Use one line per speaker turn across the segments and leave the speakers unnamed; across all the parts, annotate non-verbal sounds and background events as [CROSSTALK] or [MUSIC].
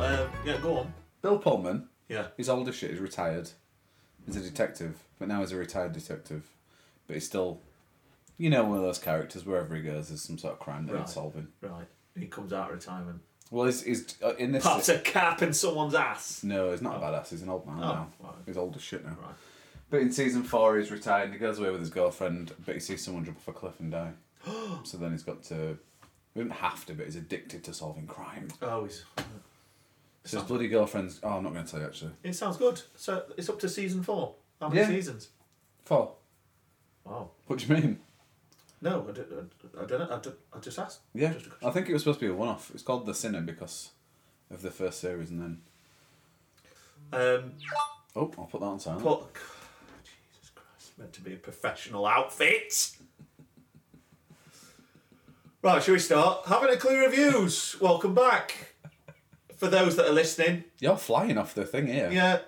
uh, Yeah, go on.
Bill Pullman,
Yeah.
he's old as shit, he's retired. He's a detective, but now he's a retired detective. But he's still, you know, one of those characters wherever he goes, there's some sort of crime that
Right.
he's solving.
Right. He comes out of retirement.
Well, he's, he's uh, in this.
Pops a cap in someone's ass.
No, he's not a badass, he's an old man now.
Oh. right.
He's old as shit now.
Right.
But in season four, he's retired and he goes away with his girlfriend, but he sees someone jump off a cliff
[GASPS]
and die. so then he's got to. He didn't have to, but he's addicted to solving crime.
Oh, he's.
So his bloody girlfriend's. Oh, I'm not going to tell you actually.
It sounds good. So it's up to season four. How many
Yeah.
seasons?
Four.
Wow.
What do you mean?
No, I don't, I don't know. I, don't, I just asked.
Yeah.
Just a question.
I think it was supposed to be a one off. It's called The Sinner because of the first series and then.
Um,
Oh, I'll put that on silent.
but, Jesus Christ, meant to be a professional outfit. Right, shall we start? Having a clear reviews. Welcome back. For those that are listening,
You're flying off the thing here.
yeah.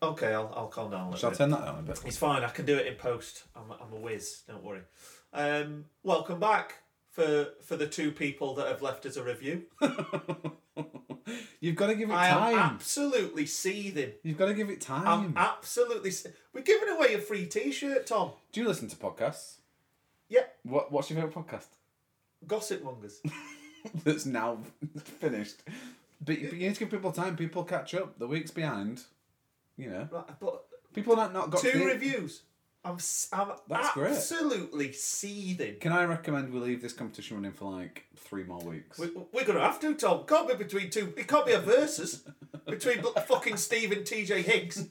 Okay, I'll, I'll calm down a little
Shall I
bit.
turn that on a bit?
It's fine. I can do it in post. I'm, I'm a whiz. Don't worry. Um, welcome back for for the two people that have left us a review.
You've got to give it
I
time.
am absolutely seething.
You've got to give it
I'm
time.
absolutely. Se- We're giving away a free T-shirt, Tom.
Do you listen to podcasts?
Yep.
What What's your favourite podcast? [LAUGHS]
Gossip mongers.
that's now [LAUGHS] finished. But, but you need to give people time. People catch up. The week's behind. You know,
right, but
people not not got
two
the-
reviews. I'm s- I'm
That's great.
absolutely seething.
Can I recommend we leave this competition running for like three more weeks?
We, we're gonna have to, Tom. Can't be between two. It can't be a versus between bl- fucking Steve and TJ Higgs.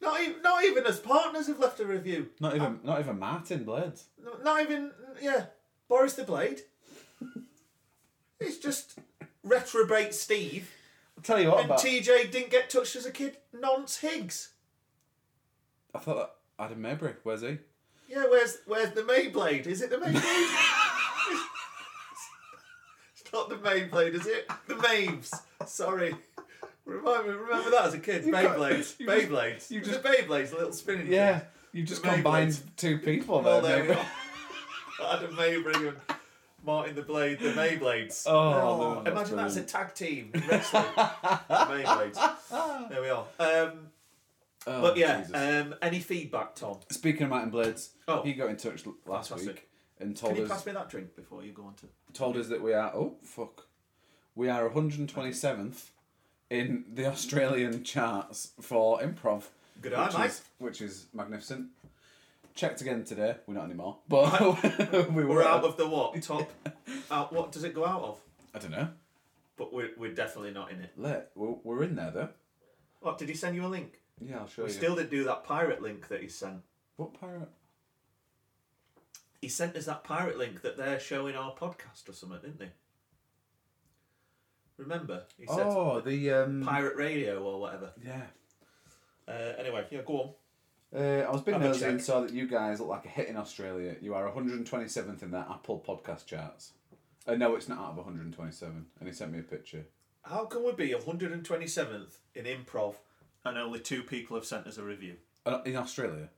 Not even, not even as partners have left a review.
Not even not even Martin Blades.
No- Not even yeah, Boris the Blade. It's just reprobate Steve
I'll tell you what
and
about.
TJ didn't get touched as a kid. Nonce Higgs.
I thought Adam Mabry. Where's he?
Yeah, where's where's the Mayblade? Is it the
[LAUGHS]
Mayblade? it's not the Mayblade, is it? The Maves. Sorry. Remind me, remember that as a kid.
You got-
Beyblades.
you just-
Beyblades.
you
You
just-
just Beyblades, the little spinning.
Yeah,
things.
you just
The Mabry.
combined
[LAUGHS]
two people
Well,
there.
there we
Mabry.
are. [LAUGHS] Adam Mabry and Martin the Blade, the Mayblades.
Oh, that's
imagine that's a
brilliant.
tag team in wrestling.
[LAUGHS]
the Mayblades. There we are. Um,
Oh,
but yeah,
Jesus.
um, any feedback, Tom?
Speaking of Martin Blades,
Oh.
he got in touch l- last
Fantastic.
week and told
Can you
us
pass me that drink before you go on to?
told us that we are oh fuck we are 127th in the australian charts for improv
Good eye,
which
mate.
is, which is magnificent checked again today we're not anymore [LAUGHS] but [LAUGHS] we were
We're out of the what? [LAUGHS] Top. out, what does it go out of?
i don't know
But we're, we're definitely not in it.
let we're, we're in there though
What, did he send you a link?
yeah i'll show
We
you
still didn't do that pirate link that he sent.
what pirate
He sent us that pirate link that they're showing our podcast or something, didn't he? Remember? He said
oh the um
pirate radio or whatever.
yeah
Uh, anyway, yeah, go on.
uh, I was being
Have a
nosy and
check.
saw that you guys look like a hit in Australia. You are 127th in their Apple podcast charts. Uh, no, it's not out of 127. And he sent me a picture.
How can we be 127th in improv and only two people have sent us a review?
Uh, in Australia?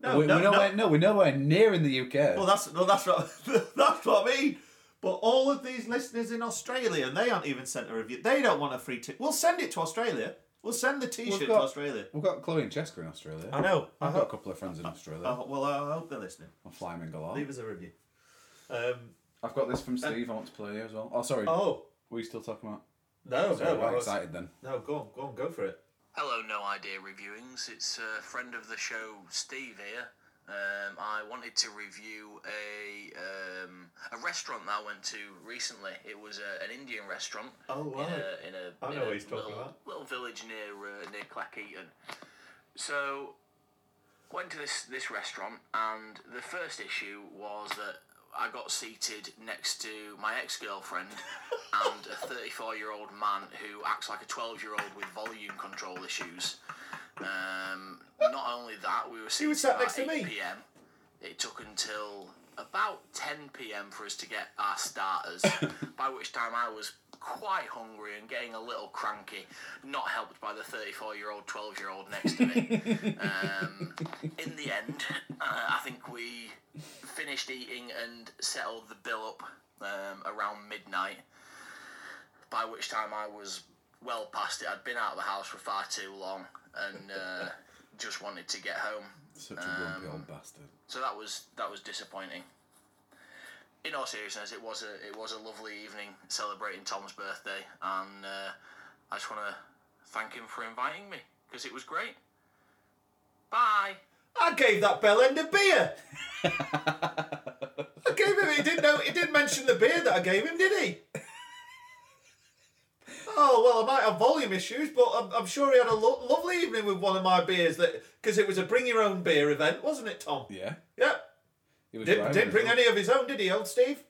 No,
we,
no,
we're
no.
nowhere, no. we're nowhere near in the UK.
Well, that's no, that's what [LAUGHS] that's what I mean. But all of these listeners in Australia, and they aren't even sent a review. They don't want a free t. We'll send it to Australia. We'll send the T-shirt
got-
to Australia.
We've got Chloe and Jessica in Australia.
I know. I
I've got a
hope.
couple of friends in Australia.
Oh, well, I hope they're listening.
I'm flying galore.
Leave us a review. Um,
I've got this from Steve. I want to play you as well. Oh, sorry.
oh
Were you still talking about?
no,
Sorry,
no,
I
I
got
was,
excited then.
no. Go on, go on, go for it.
Hello, No Idea Reviewings. It's a friend of the show, Steve here. Um, I wanted to review a um, a restaurant that I went to recently. It was a, an Indian restaurant
Oh
in
right.
a, in a,
I
in
know
a
what he's talking
little,
about.
little village near uh, near Clackeaton. So went to this this restaurant, and the first issue was that I got seated next to my ex
[LAUGHS]
girlfriend and a 34 year old man who acts like a 12 year old with volume control issues. Um, not only that, we were seated
was sat
at
next to
8
me.
p.m. It took until about 10 p.m. for us to get
[LAUGHS]
our starters, by which time I was quite hungry and getting a little cranky, not helped by the 34 year old, 12 year old next
[LAUGHS]
to me. Um, in the end, uh, I think we finished eating and settled the bill up um, around midnight. by which time I was well past it. I'd been out of the house for far too long and uh, just wanted to get home.
Such a grumpy
Um,
old bastard.
So that was that was disappointing. In all seriousness, it was a it was a lovely evening celebrating Tom's birthday, and uh, I just want to thank him for inviting me because it was great. Bye.
I gave that bellend a beer.
[LAUGHS]
I gave him. He didn't know. He didn't mention the beer that I gave him, did he? Oh well, I might have volume issues, but I'm, I'm sure he had a lo- lovely evening with one of my beers. That because it was a bring your own beer event, wasn't it, Tom?
Yeah.
Yeah.
He was
Didn't,
driving
didn't
as
bring
well.
any of his own, did he, old Steve?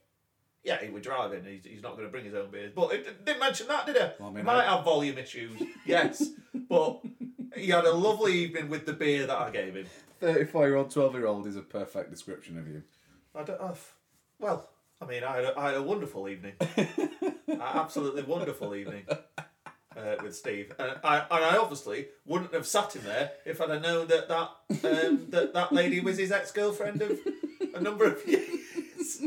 Yeah, he was driving. He's, he's not going to bring his own beers. But it didn't mention that, did he?
Well, I mean,
Might
I-
have volume issues, yes. But he had a lovely evening with the beer that I gave him.
34 year old, 12 year old is a perfect description of you.
I don't know. if- Well, I mean, I had a, I had a wonderful evening. A absolutely wonderful evening uh, with Steve, and I and I obviously wouldn't have sat him there if I'd have known that that um, that that lady was his ex girlfriend of a number of years.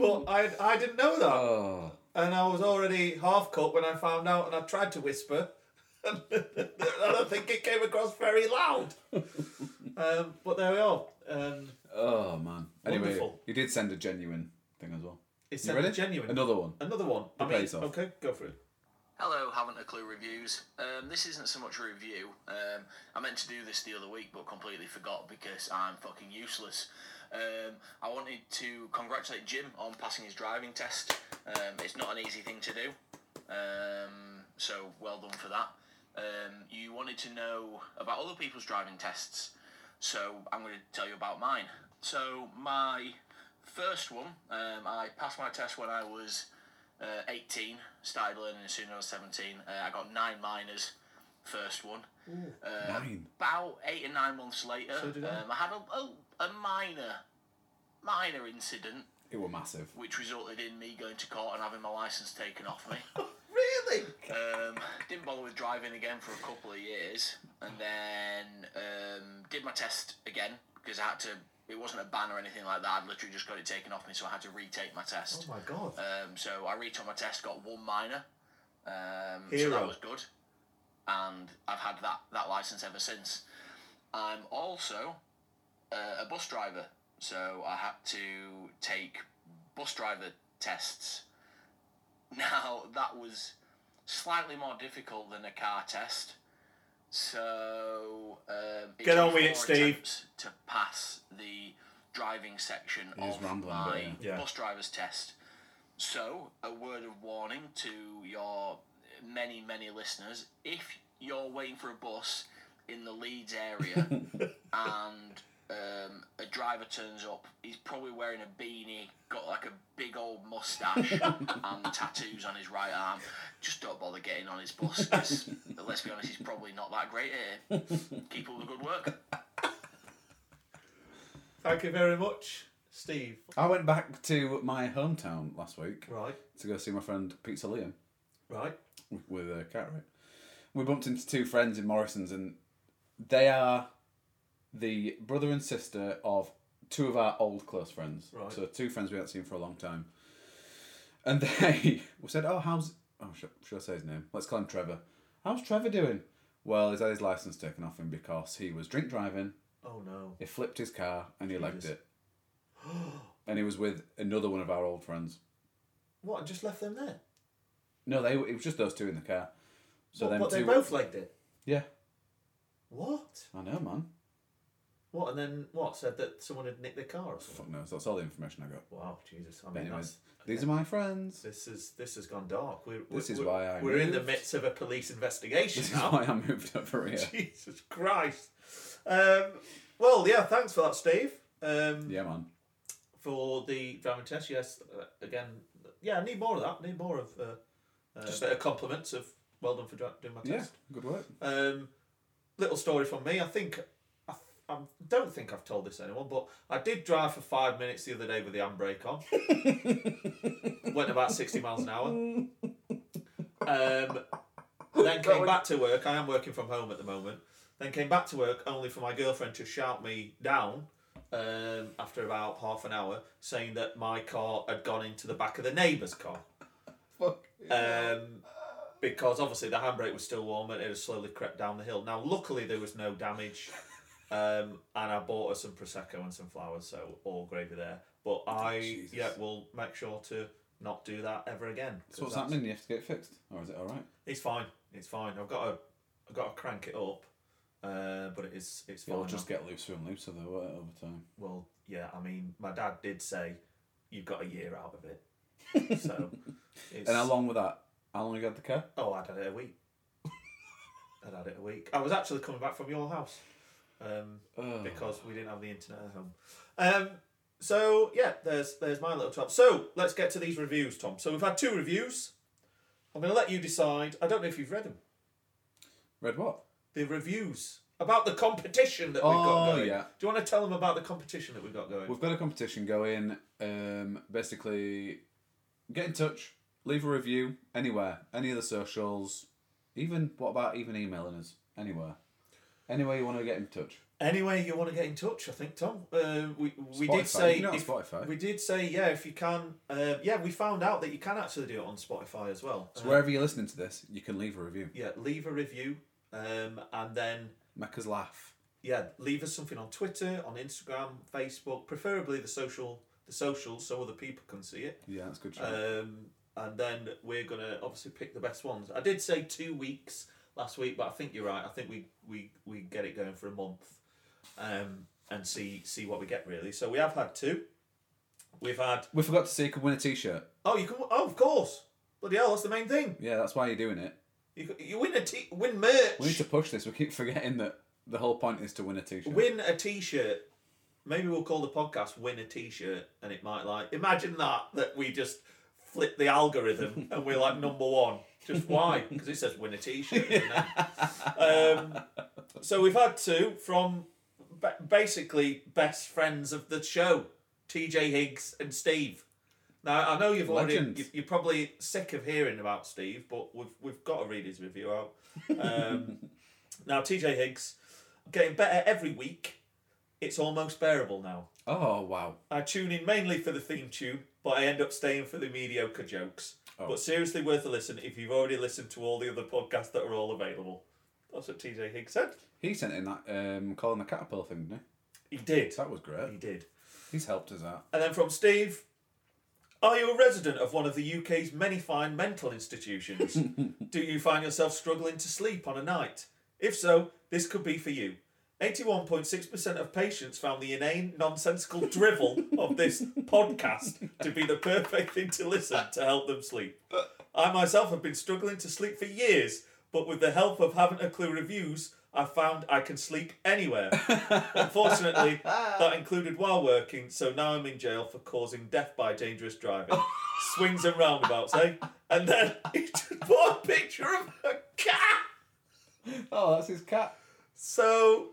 But I I didn't know that,
Oh.
and I was already half cut when I found out, and I tried to whisper. [LAUGHS] and I don't think it came across very loud. Um, but there we are. Um,
Oh, man. Anyway,
Wonderful.
you did send a genuine thing as well.
it's
You
a
ready?
genuine.
Another one.
Another one. I mean,
plays off.
okay, go for it.
Hello, haven't a clue reviews. Um, this isn't so much a review. Um, I meant to do this the other week, but completely forgot because I'm fucking useless. Um, I wanted to congratulate Jim on passing his driving test. Um, it's not an easy thing to do, um, so well done for that. Um, you wanted to know about other people's driving tests, so I'm going to tell you about mine. So my first one, um, I passed my test when I was uh, 18, started learning as soon as I was 17. Uh, I got nine minors, first one. Uh,
Nine.
About eight or nine months later,
So did I.
um, I had a, a, a minor, minor incident
It were massive.
which resulted in me going to court and having my license taken off me.
Really?
Um, didn't bother with driving again for a couple of years, and then um, did my test again because I had to. It wasn't a ban or anything like that. I'd literally just got it taken off me, so I had to retake my
Oh
test.
my god.
Um, so I retook my test, got one minor, um, so
Hero.
that was good, and I've had that that license ever since. I'm also uh, a bus driver, so I had to take bus driver tests. [LAUGHS] Now that was slightly more difficult than a car test. So um, it
Get
took
on with it,
four
Steve.
attempts To pass the driving section
He's
of
rambling,
my
but yeah.
Yeah.
bus driver's test. So, a word of warning to your many, many listeners if you're waiting for a bus in the Leeds area
[LAUGHS]
and um, a driver turns up, he's probably wearing a beanie, got like a big old
[LAUGHS]
mustache, and tattoos on his right arm. Just don't bother getting on his bus
[LAUGHS]
'cause, let's be honest, he's probably not that great at it. Keep up the good work.
Thank you very much, Steve.
I went back to my hometown last week
Right,
to go see my friend Pizza Liam
right.
with a cat right. We bumped into two friends in Morrison's, and they are the brother and sister of two of our old close friends.
Right.
So two friends we hadn't seen for a long time, and they [LAUGHS] said, "Oh, how's oh should, should I say his name? Let's call him Trevor. How's Trevor doing? Well, he's had his license taken off him because he was drink driving.
Oh no.
He flipped his car and he legged it, and he was with another one of our old friends.
[GASPS] What? I Just left them there.
No, they were- it was just those two in the car. So
what,
them
but they
two-
both legged it.
yeah,
What?
I know, man.
What? And then what? Said that someone had nicked their car or something.
Fuck knows. That's all the information I got.
Wow, Jesus. I
But
mean,
anyways,
that's-
these are my friends.
this is this has gone dark. We're,
This
we're-
is
we're-
why I
we're in the
moved.
midst of a police investigation
This is
now.
why I moved over [LAUGHS] here.
[LAUGHS] Jesus Christ. Um, well, yeah. Thanks for that, Steve. Um,
Yeah, man.
for the driving test. Yes, uh, again, yeah, I need more of that. need more of uh, uh, a bit of compliments of well done for dri- doing my
Yeah,
test.
good work.
Um, little story from me. I think I, I don't think I've told this to anyone, but I did drive for five minutes the other day with the handbrake on. Went about sixty miles an hour. Um, then came back to work. I am working from home at the moment. Then came back to work only for my girlfriend to shout me down um, after about half an hour, saying that my car had gone into the back of the neighbour's car.
fuck. Uh,
Um, because obviously the handbrake was still warm and it had slowly crept down the hill. Now, luckily, there was no damage. Um, and I bought her some prosecco and some flowers, so all gravy there. But I,
Oh, Jesus.
yeah, will make sure to not do that ever again.
So what's
'cause
happening? You have to get it fixed, or is it all right?
It's fine. It's fine. I've got to, I've got to crank it up. Uh, but it's it's fine.
It'll just get looser and looser though won't it, over time.
Well, yeah. I mean, my dad did say you've got a year out of it.
[LAUGHS]
So. It's,
And how long with that? How long you had the car?
Oh, I'd had it a week. [LAUGHS] I'd had it a week. I was actually coming back from your house um,
Oh.
because we didn't have the internet at home. Um, so yeah, there's there's my little top. So let's get to these reviews, Tom. So we've had two reviews. I'm going to let you decide. I don't know if you've read them.
Read what?
The reviews about the competition that we've got
Oh,
going.
yeah.
Do you want to tell them about the competition that we've got going?
We've got a competition going. Um, basically, get in touch, leave a review anywhere, any of the socials, even what about even emailing us anywhere, anywhere you want to get in touch.
Anyway, you want to get in touch, I think, Tom. Uh, we we
Spotify.
did say
You know
if-
Spotify.
we did say yeah if you can. Uh, yeah, we found out that you can actually do it on Spotify as well.
So
Uh,
wherever you're listening to this, you can leave a review.
yeah, leave a review, um, and then
Make us laugh.
yeah, leave us something on Twitter, on Instagram, Facebook, preferably the social the socials so other people can see it.
Yeah, that's good. shout.
Um, and then we're gonna obviously pick the best ones. I did say two weeks last week, but I think you're right. I think we we, we get it going for a month, um, and see see what we get really. So we have had two. We've had
we forgot to say you could win a T-shirt.
oh you can oh of course bloody hell that's the main thing
Yeah, that's why you're doing it.
you can- you win a t win merch
We need to push this. We keep forgetting that the whole point is to win a T-shirt.
win a t shirt. Maybe we'll call the podcast "Win a T-shirt," and it might like imagine that that we just flip the algorithm and we're like number one. Just why? Because it says "Win a T-shirt." you know? um, so we've had two from ba- basically best friends of the show, TJ Higgs and Steve. Now I know you've
Legends.
already you- you're probably sick of hearing about Steve, but we've we've got to read his review out. Um, now TJ Higgs getting better every week. It's almost bearable now.
Oh wow!
I tune in mainly for the theme tune, but I end up staying for the mediocre jokes.
Oh.
But seriously, worth a listen if you've already listened to all the other podcasts that are all available. That's what TJ Higgs said.
He sent in that um, calling the caterpillar thing, didn't he?
He did.
That was
He
great.
did.
He's helped us out.
And then from Steve, are you a resident of one of the UK's many fine mental institutions? Do you find yourself struggling to sleep on a night? If so, this could be for you. 81.6% of patients found the inane, nonsensical drivel of this podcast to be the perfect thing to listen to help them sleep. I myself have been struggling to sleep for years, but with the help of Haven't a Clue reviews, I found I can sleep anywhere. Unfortunately, that included while working, so now I'm in jail for causing death by dangerous driving. Swings and roundabouts, eh? And then [LAUGHS] he just bought a picture of a cat.
Oh, that's his cat.
So,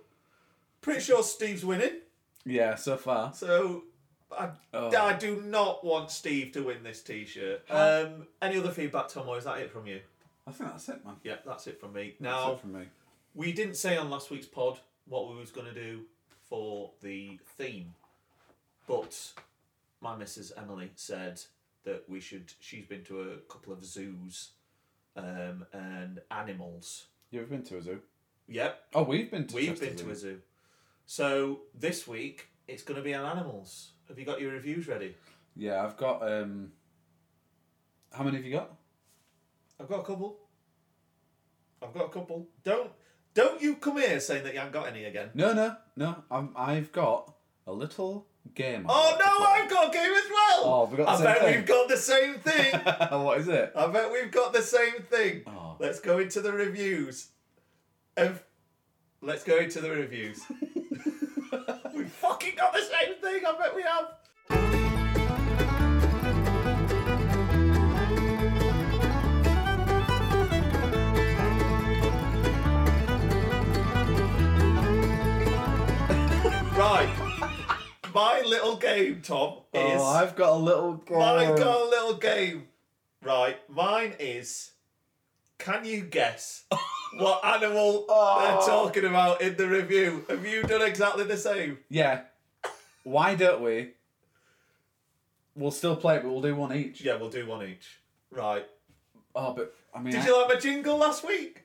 pretty sure Steve's winning.
Yeah, so far.
So, I,
Oh.
I do not want Steve to win this T-shirt. Um, any other feedback, Tom, or is that it from you?
I think that's it, man.
Yeah, that's it from me.
That's
Now,
it from me.
we didn't say on last week's pod what we was going to do for the theme but my missus emily said that we should she's been to a couple of zoos um, and animals
You ever been to a zoo?
yep
Oh, we've been to.
we've
Chester
been to a
zoo.
zoo so this week it's going to be on animals have you got your reviews ready
Yeah, I've got. um How many have you got?
i've got a couple i've got a couple don't don't you come here saying that you haven't got any again
No, no, no. I'm, I've got a little game. I'd
Oh
like to
no, I've got a game as well.
Oh, we've got the
I
same
bet
thing.
we've got the same thing.
[LAUGHS] play. what is it?
I bet we've got the same thing.
Oh.
Let's go into the reviews. Ev- Let's go into the
[LAUGHS]
reviews. we fucking got the same thing. I bet we have. [LAUGHS] Right, my little game, Tom, is
Oh, I've got a little game.
I've got a
Oh.
little game. Right, mine is can you guess
[LAUGHS]
what animal
Oh.
they're talking about in the review? Have you done exactly the same?
Yeah. Why don't we? We'll still play it, but we'll do one each.
Yeah, we'll do one each. Right,
Oh, but I mean,
Did
I-
you like my jingle last week?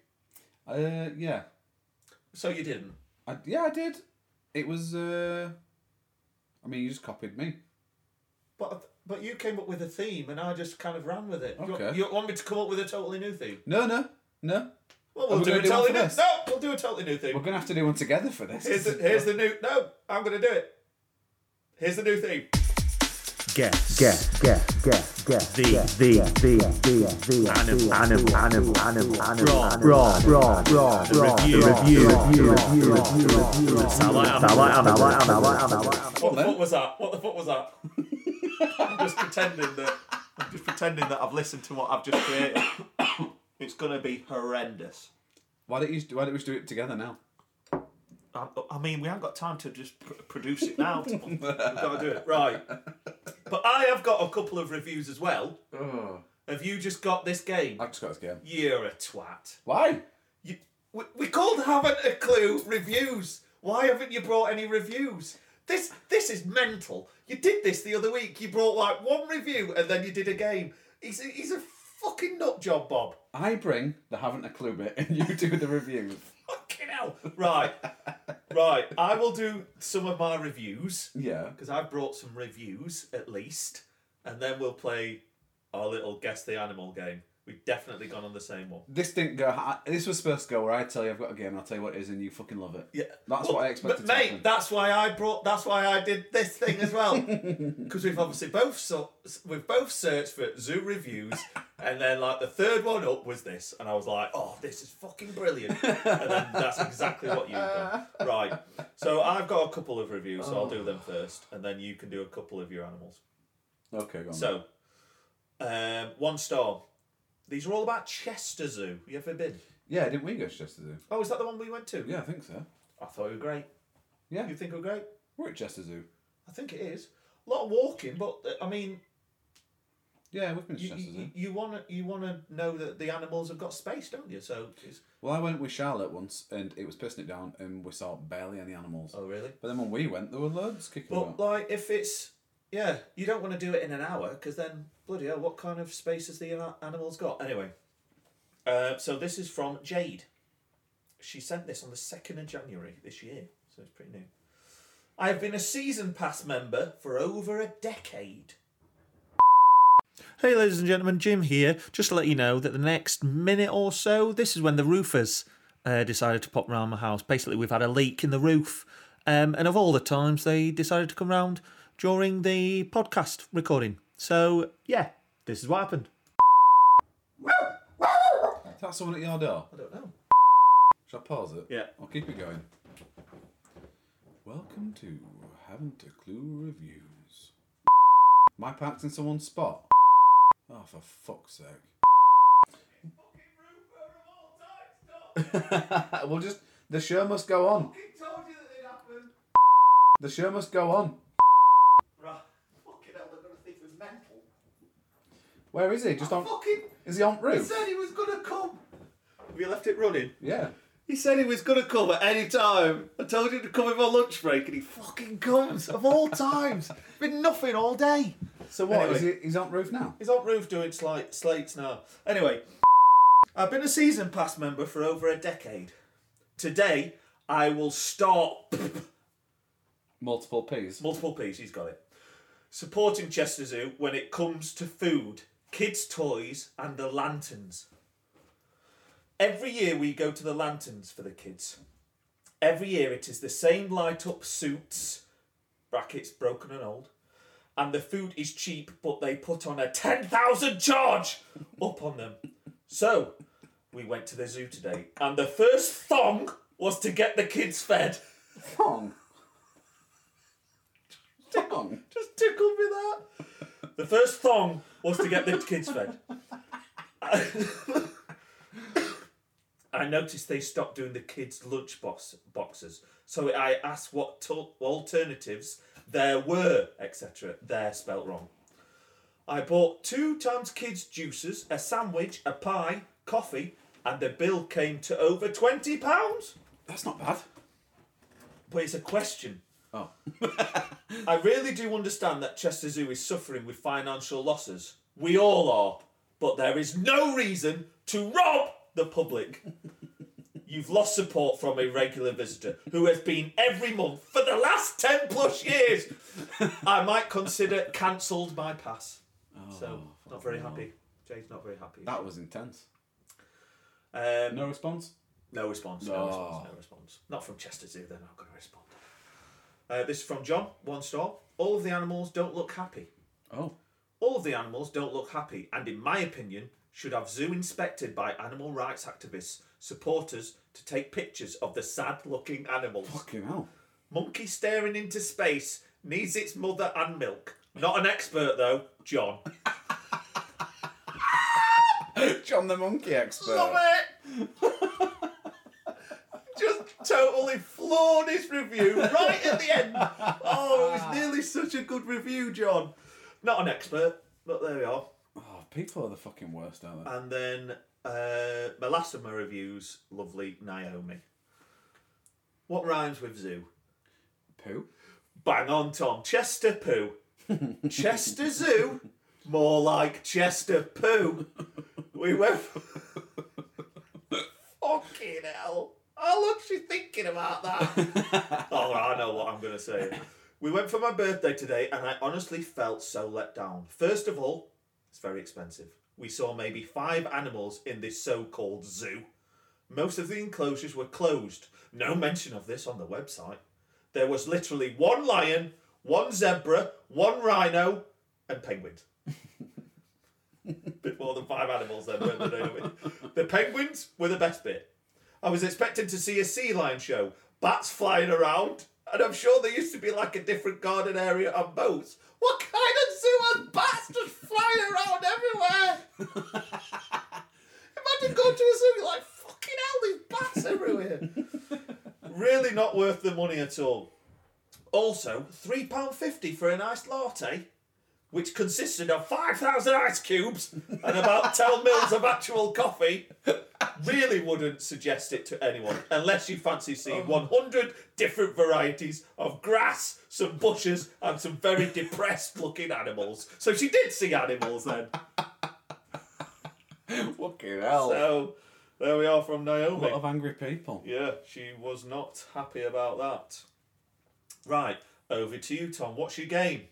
uh, yeah,
So you didn't.
I, yeah, I did. It was. Uh, I mean, you just copied me.
But but you came up with a theme and I just kind of ran with it. You want-
Okay.
You, want me to come up with a totally new theme?
No, no, no.
Well,
Are
we'll
we
do
gonna
a
do one
totally
for
new.
this?
No, we'll do a totally new
We're
theme.
gonna have to do one together for this.
Here's the, here's the new. No, I'm gonna do it. Here's the new theme.
Guess.
Guess, guess, guess, guess.
The-
guess,
the-
guess,
the-
guess,
the-
guess,
the-
guess,
animal-
guess,
animal-
guess,
animal-
guess,
animal-
guess,
animal-
guess,
raw,
guess,
raw,
guess,
raw,
guess,
raw,
review,
raw, raw,
review, review,
raw,
review,
raw,
review,
raw,
review,
raw,
review.
sound like
Sound like animal, animal, animal, animal.
What the
then.
fuck was that? What the fuck was that? I'm just pretending that I'm just pretending that I've listened to what I've just created. It's gonna be horrendous.
Why don't you? Why don't we just do it together now?
I, I mean, we haven't got time to just pr- produce it now. Tom. We've got to do it right. But I have got a couple of reviews as well.
Oh.
Have you just got this game?
I've just got this game.
You're a twat.
Why?
You, we, we called haven't a clue reviews. Why haven't you brought any reviews? This this is mental. You did this the other week. You brought like one review and then you did a game. He's a, he's a fucking nut job, Bob.
I bring the haven't a clue bit, and you do the reviews.
Fucking hell. Right, right. I will do some of my reviews
Yeah.
because I've brought some reviews at least, and then we'll play our little guess the animal game. We've definitely gone on the same one.
This didn't go. I- This was supposed to go where I tell you I've got a game, and I'll tell you what it is, and you fucking love it.
Yeah,
That's what I expected
But
to
mate,
happen.
that's why I brought. That's why I did this thing as
[LAUGHS]
well. Because we've obviously both so, we've both searched for zoo reviews, and then like the third one up was this, and I was like, oh, this is fucking brilliant. and then that's exactly what you've done, right? So I've got a couple of reviews, so I'll do them
Oh.
first, and then you can do a couple of your animals.
Okay, go on.
So, um, one star. These are all about Chester Zoo. You ever been?
yeah, didn't we go to Chester Zoo?
Oh, is that the one we went to?
Yeah, I think so.
I thought it was great.
Yeah.
You think it was great?
We're at Chester Zoo.
I think it is. A lot of walking, but uh, I mean,
Yeah, we've been to
you,
Chester Zoo.
you, you wanna you wanna know that the animals have got space, don't you? So, it's,
Well, I went with Charlotte once, and it was pissing it down, and we saw barely any animals.
oh really?
But then when we went, there were loads kicking
But
about.
like, if it's yeah, you don't want to do it in an hour because then bloody hell, what kind of space has the a- animals got anyway? Uh, so this is from Jade. She sent this on the second of January this year, so it's pretty new. I have been a season pass member for over a decade. Hey, ladies and gentlemen, Jim here. Just to let you know that the next minute or so, this is when the roofers uh, decided to pop round my house. Basically, we've had a leak in the roof, um, and of all the times, they decided to come round during the podcast recording. So, yeah, this is what happened.
Is that someone at your door?
I don't know.
Shall I pause it?
Yeah.
I'll keep it going. Welcome to Haven't a Clue Reviews. My park's in someone's spot. Oh, for fuck's sake. [LAUGHS] we'll just. The show must go on.
told you that it happened.
The show must go on.
Right. Fucking hell, they're going to think we're mental.
Where is he? Just on.
Fucking.
Is he on
He
roof?
said he was going to come. We left it running.
Yeah.
He said he was going to come at any time. I told him to come in my lunch break, and he fucking comes of all times. Been nothing all day.
So what?
Anyway.
Is he? He's on roof now.
He's on roof doing slight slates now. Anyway, I've been a season pass member for over a decade. Today, I will stop
Multiple P's.
multiple P's. He's got it. Supporting Chester Zoo when it comes to food, kids' toys, and the lanterns. Every year we go to the lanterns for the kids. Every year it is the same light up suits, brackets broken and old, and the food is cheap, but they put on a 10,000 charge up on them. So we went to the zoo today, and the first thong was to get the kids fed.
Wrong. Wrong.
Just tickled me that. The first thong was to get the kids fed. I noticed they stopped doing the kids' lunch box, boxes, so I asked what to- alternatives there were, etc. They're spelt wrong. I bought two times kids' juices, a sandwich, a pie, coffee, and the bill came to over £20.
That's not bad.
But it's a question. [LAUGHS]
Oh.
I really do understand that Chester Zoo is suffering with financial losses. We all are. but there is no reason to rob the
[LAUGHS]
public. You've lost support from a regular visitor who has been every month for the last 10 plus
[LAUGHS]
years. I might consider cancelled my pass. so, not very happy. Jay's not very happy.
Oh, That was intense.
Um,
No response.
no response. No
No.
response. No response. Not from Chester Zoo. They're not going to respond. Uh, this is from John. One star. All of the animals don't look happy.
Oh,
All of the animals don't look happy, and in my opinion, should have zoo inspected by animal rights activists, supporters to take pictures of the sad-looking animals.
fucking hell.
Monkey staring into space needs its mother and milk. Not an expert though, John.
John the monkey expert.
Love it. [LAUGHS] Just totally floored his review right at the end. Oh, it was nearly such a good review, John. Not an expert, but there we are.
Oh, people are the fucking worst, aren't they?
And then uh, my last of my reviews, lovely Naomi. What rhymes with zoo?
Poo.
Bang on, Tom. Chester poo. Chester zoo. More like Chester poo. We went. [LAUGHS] Fucking hell. How long's she thinking about that? oh, I know what I'm going to say. We went for my birthday today and I honestly felt so let down. First of all, it's very expensive. We saw maybe five animals in this so called zoo. Most of the enclosures were closed. No mention of this on the website. There was literally one lion, one zebra, one rhino, and [LAUGHS] penguins. bit more than five animals then, weren't there, Naomi? The penguins were the best bit. I was expecting to see a sea lion show, bats flying around, and I'm sure there used to be like a different garden area on boats. What kind of zoo has bats just flying around everywhere? [LAUGHS] Imagine going to a zoo, you're like, fucking hell, these bats everywhere. really not worth the money at all. Also, £3.50 for an iced latte, which consisted of 5,000 ice cubes and about 10 mils of actual coffee, really wouldn't suggest it to anyone unless you fancy seeing 100 different varieties of grass, some bushes, and some very depressed looking animals. So she did see animals then.
Fucking hell.
So there we are from
a
Naomi.
lot of angry people.
Yeah, she was not happy about that. Right, over to you, Tom. What's your game?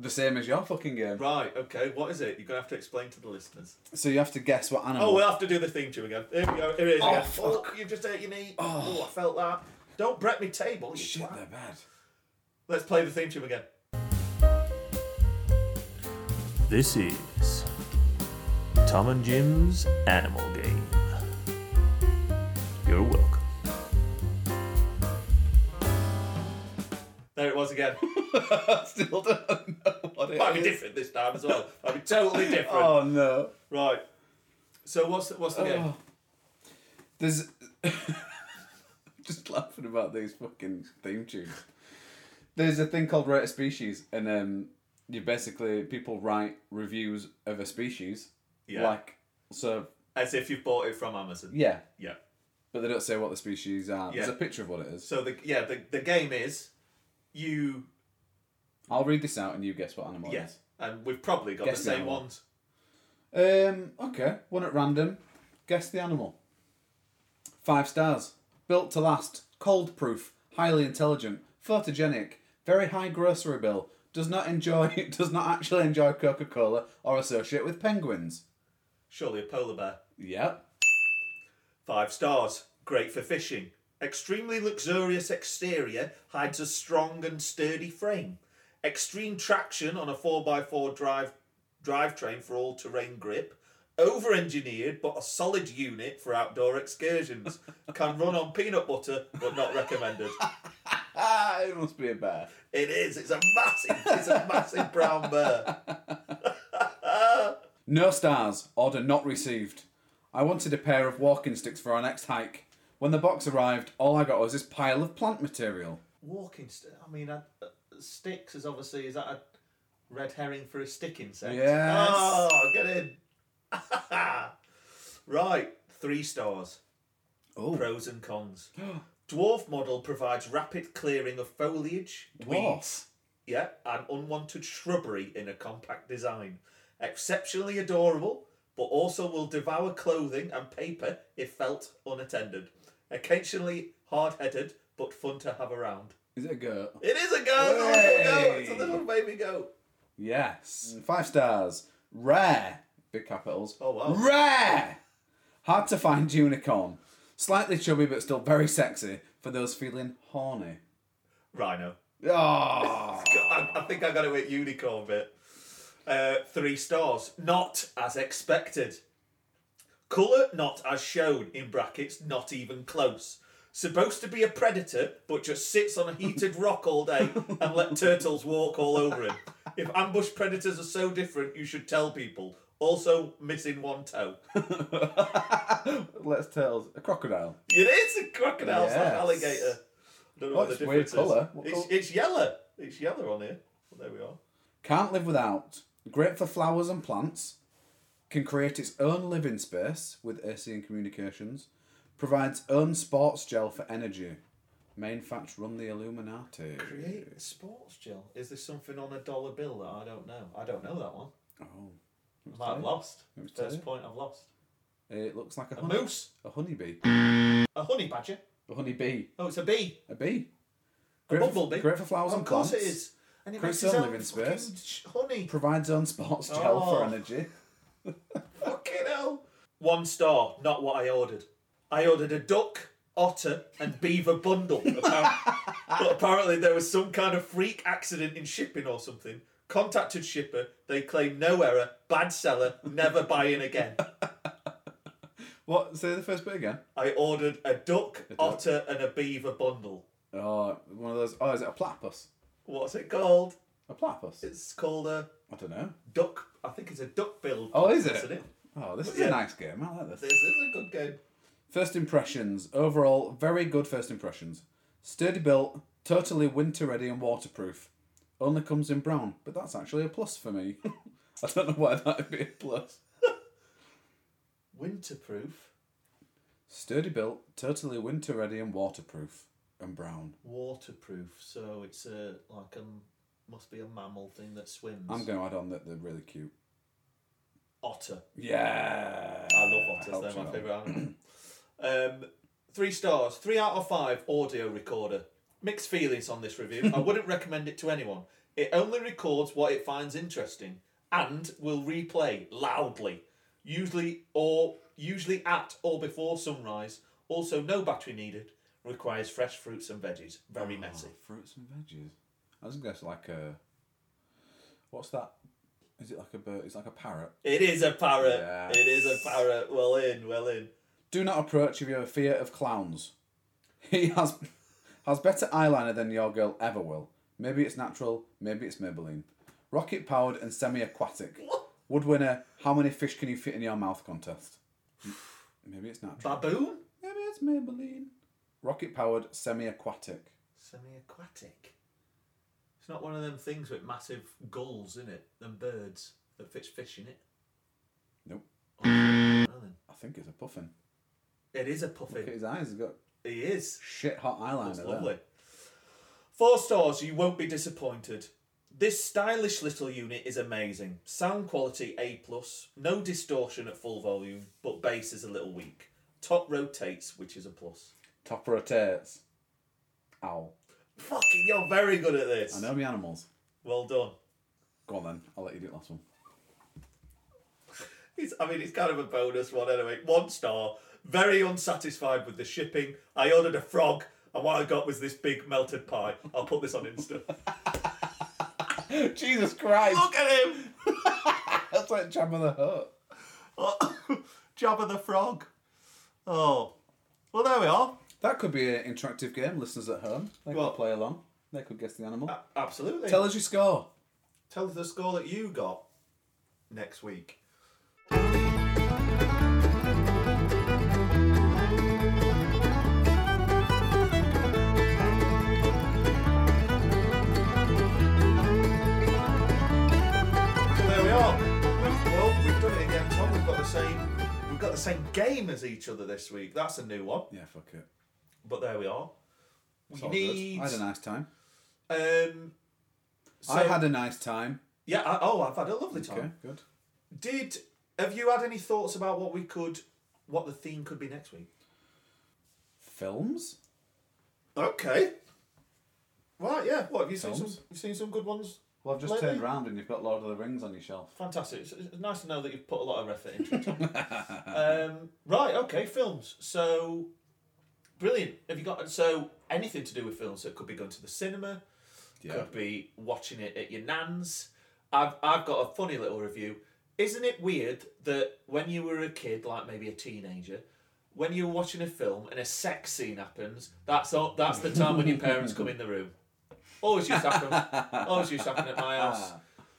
The same as your fucking game.
Right, okay, what is it? You're going to have to explain to the listeners.
So you have to guess what animal.
Oh, we'll have to do the theme tune again. Here we go, here it is
Oh,
again.
fuck.
Oh, you've just ate your knee. Oh, I felt that. Don't break me table, you
Shit,
twat.
they're bad.
Let's play the theme tune again.
This is Tom and Jim's Animal Game. You're welcome.
There it was
[LAUGHS]
again.
[LAUGHS] Still don't know what it
Might be
is.
different this time as well. Might be totally different.
[LAUGHS] Oh no.
Right. So what's the, what's the game?
Oh. There's [LAUGHS] just laughing about these fucking theme tunes. There's a thing called rare species, and um, you basically people write reviews of a species,
Yeah.
like so.
As if you've bought it from Amazon.
Yeah,
Yeah.
but they don't say what the species are. There's
Yeah.
a picture of what it is.
So the yeah the, the game is you
I'll read this out, and you guess what animal it
Yes. And we've probably got
Guess
the same
now.
ones.
is. Um. Okay. One at random. Guess the animal. Five stars. Built to last. Cold proof. Highly intelligent. Photogenic. Very high grocery bill. Does not enjoy. [LAUGHS] Does not actually enjoy Coca Cola or associate with penguins.
Surely a polar bear.
Yep.
Five stars. Great for fishing. Extremely luxurious exterior hides a strong and sturdy frame. Extreme traction on a 4x4 drive drivetrain for all terrain grip. Over engineered but a solid unit for outdoor excursions. Can run on peanut butter but not recommended.
Ah, it must be a bear.
It is. It's a massive, it's a massive brown bear.
No stars. Order not received. I wanted a pair of walking sticks for our next hike. When the box arrived, all I got was this pile of plant material.
Walking, st- I mean, uh, uh, sticks is obviously, is that a red herring for a stick insect?
Yes.
Oh, get in. [LAUGHS] right, three stars.
Oh.
Pros and
[GASPS]
cons. Dwarf model provides rapid clearing of foliage, weeds,
Dwarf.
yeah, and unwanted shrubbery in a compact design. Exceptionally adorable, but also will devour clothing and paper if felt unattended. Occasionally hard headed, but fun to have around.
Is it a goat?
It is a goat! It's a little goat! It's a little baby goat!
Yes. Five stars. Rare. Big capitals.
Mm. Oh, wow.
Rare. Hard to find unicorn. Slightly chubby but still very sexy for those feeling horny.
Rhino. [LAUGHS]
Oh.
I, I think I got it with unicorn bit. Uh, three stars. Not as expected. Colour not as shown, in brackets, not even close. Supposed to be a predator, but just sits on a heated rock all day and let turtles walk all over him. If ambush predators are so different, you should tell people. Also, missing one toe.
[LAUGHS] Let's tell a crocodile.
It is a crocodile, it's like
Yes.
alligator. I don't know
Oh,
what the
it's weird
difference
colour. What
is. It's,
colour-
it's yellow. It's yellow on here. Well, there we are.
Can't live without. Great for flowers and plants. Can create its own living space with ACN Communications. Provides own sports gel for energy. Main facts run the Illuminati.
Create a sports gel. Is there something on a dollar bill that I don't know? I don't know that one.
Oh.
I might have lost.
Who's
First
that?
point I've lost.
It looks like a,
A
honey,
moose.
A honeybee.
A honey badger.
A honeybee.
Oh, it's a bee.
A bee.
A
Great for-
bumblebee.
great for flowers
of
and
course
plants.
it is. And it
Creates
makes its
own
own
living
fucking
space.
sh- honey.
Provides own sports gel for
Oh.
energy.
fucking hell. One star. Not what I ordered. I ordered a duck, otter, and beaver [LAUGHS] bundle. Appar- but apparently there was some kind of freak accident in shipping or something. Contacted shipper. They claim no error. Bad seller. Never buying again.
What? Say the first bit again.
I ordered a duck, otter, and a beaver bundle.
Oh, one of those. Oh, is it a platypus?
What's it called?
A platypus?
It's called a
I don't know.
duck. I think it's a duck build.
Oh, is it?
Isn't it?
Oh, this is
Yeah.
a nice game. I like this.
This is a good game.
First impressions. Overall, very good first impressions. Sturdy built, totally winter ready and waterproof. Only comes in brown, but that's actually a plus for me. [LAUGHS] I don't know why that'd be a plus.
Winterproof,
Sturdy built, totally winter ready and waterproof, and brown.
waterproof. So it's a like a must be a mammal thing that swims.
I'm going to add on that they're really cute.
otter.
Yeah.
I love otters.
hope
They're
so.
my favourite animal. um, three stars. Three out of five. Audio recorder. Mixed feelings on this review. I
[LAUGHS]
wouldn't recommend it to anyone. It only records what it finds interesting and will replay loudly, usually or usually at or before sunrise. Also, no battery needed. Requires fresh fruits and veggies. Very messy.
Oh, fruits and veggies. I was going to like a. What's that? Is it like a bird? It's like a parrot.
It is a parrot.
Yes.
It is a parrot. Well in, well in.
Do not approach if you have a fear of clowns. He has has better eyeliner than your girl ever will. Maybe it's natural, maybe it's Maybelline. Rocket powered and semi aquatic. Wood winner, how many fish can you fit in your mouth contest? M- Maybe it's natural.
Baboon.
Maybe it's Maybelline. Rocket powered, semi aquatic.
Semi-aquatic. It's not one of them things with massive gulls in it, them birds that fish fish in it.
Nope.
Oh, well then.
I think it's a puffin.
It is a
Look at
puffin.
his eyes, he's got
He is.
shit hot eyeliner.
That's
there.
lovely. Four stars, you won't be disappointed. This stylish little unit is amazing. Sound quality A plus, no distortion at full volume, but bass is a little weak. Top rotates, which is a plus.
Top rotates. Ow.
Fucking, you're very good at this.
I know my animals.
Well done.
Go on then, I'll let you do the last one. [LAUGHS]
It's, I mean, it's kind of a bonus one anyway. One star. Very unsatisfied with the shipping. I ordered a frog, and what I got was this big melted pie. I'll put this on Insta.
Jesus
[LAUGHS]
Christ!
Look at him!
That's like Jabba the Hutt.
Oh, Jabba the frog. Oh. Well, there we are.
That could be an interactive game. Listeners at home, they
Well-
could play along. They could guess the animal.
A- absolutely.
Tell us your score.
tell us the score that you got next week. So there we are. Well, we've done it again, Tom. We've got the same. We've got the same game as each other this week. That's a new one.
Yeah, fuck it.
But there we are.
It's
We
all good.
need.
I had a nice time.
Um. So,
I had a nice time.
Yeah. I, oh, I've had a lovely time.
Okay, good.
Did Have you had any thoughts about what we could, what the theme could be next week?
Films?
Okay. Right. Yeah. What have you seen?
Films?
Some you've seen some good ones.
Well, I've just
Lately?
turned round and you've got Lord of the Rings on your shelf.
Fantastic. It's, it's nice to know that you've put a lot of effort into it. [LAUGHS] Tom. um, right, okay, films. So, brilliant. Have you got so anything to do with films? So it could be going to the cinema, could be watching it at your nan's. I've I've got a funny little review. Isn't it weird that when you were a kid, like maybe a teenager, when you're watching a film and a sex scene happens, that's all, that's the time when your parents come in the room. Always used to happen. Always used to happen at my house.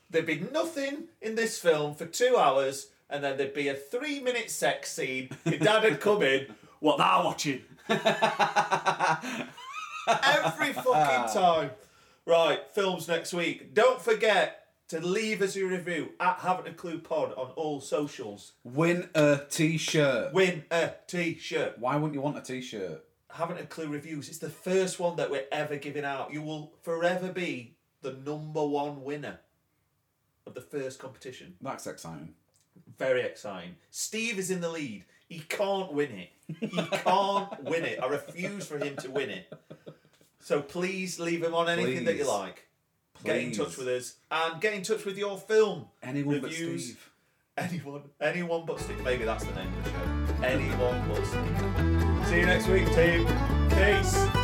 There'd be nothing in this film for two hours, and then there'd be a three minute sex scene. Your dad had come in, [LAUGHS] what thou watching? [LAUGHS] Every fucking time. Right, films next week. Don't forget to leave us your review at Haven't a Clue Pod on all socials.
Win a T-shirt.
Win a t shirt.
Why wouldn't you want a T-shirt?
Haven't a Clue reviews. It's the first one that we're ever giving out. You will forever be the number one winner of the first competition.
That's exciting.
Very exciting. Steve is in the lead. He can't win it.
[LAUGHS]
He can't win it. I refuse for him to win it. So please leave him on anything that you
Please.
like. Get in
Please.
touch with us and get in touch with your film.
Anyone but
reviews.
Steve.
Anyone, anyone but Steve. Maybe that's the name of the show. Anyone but Steve. See you next week, team. Peace.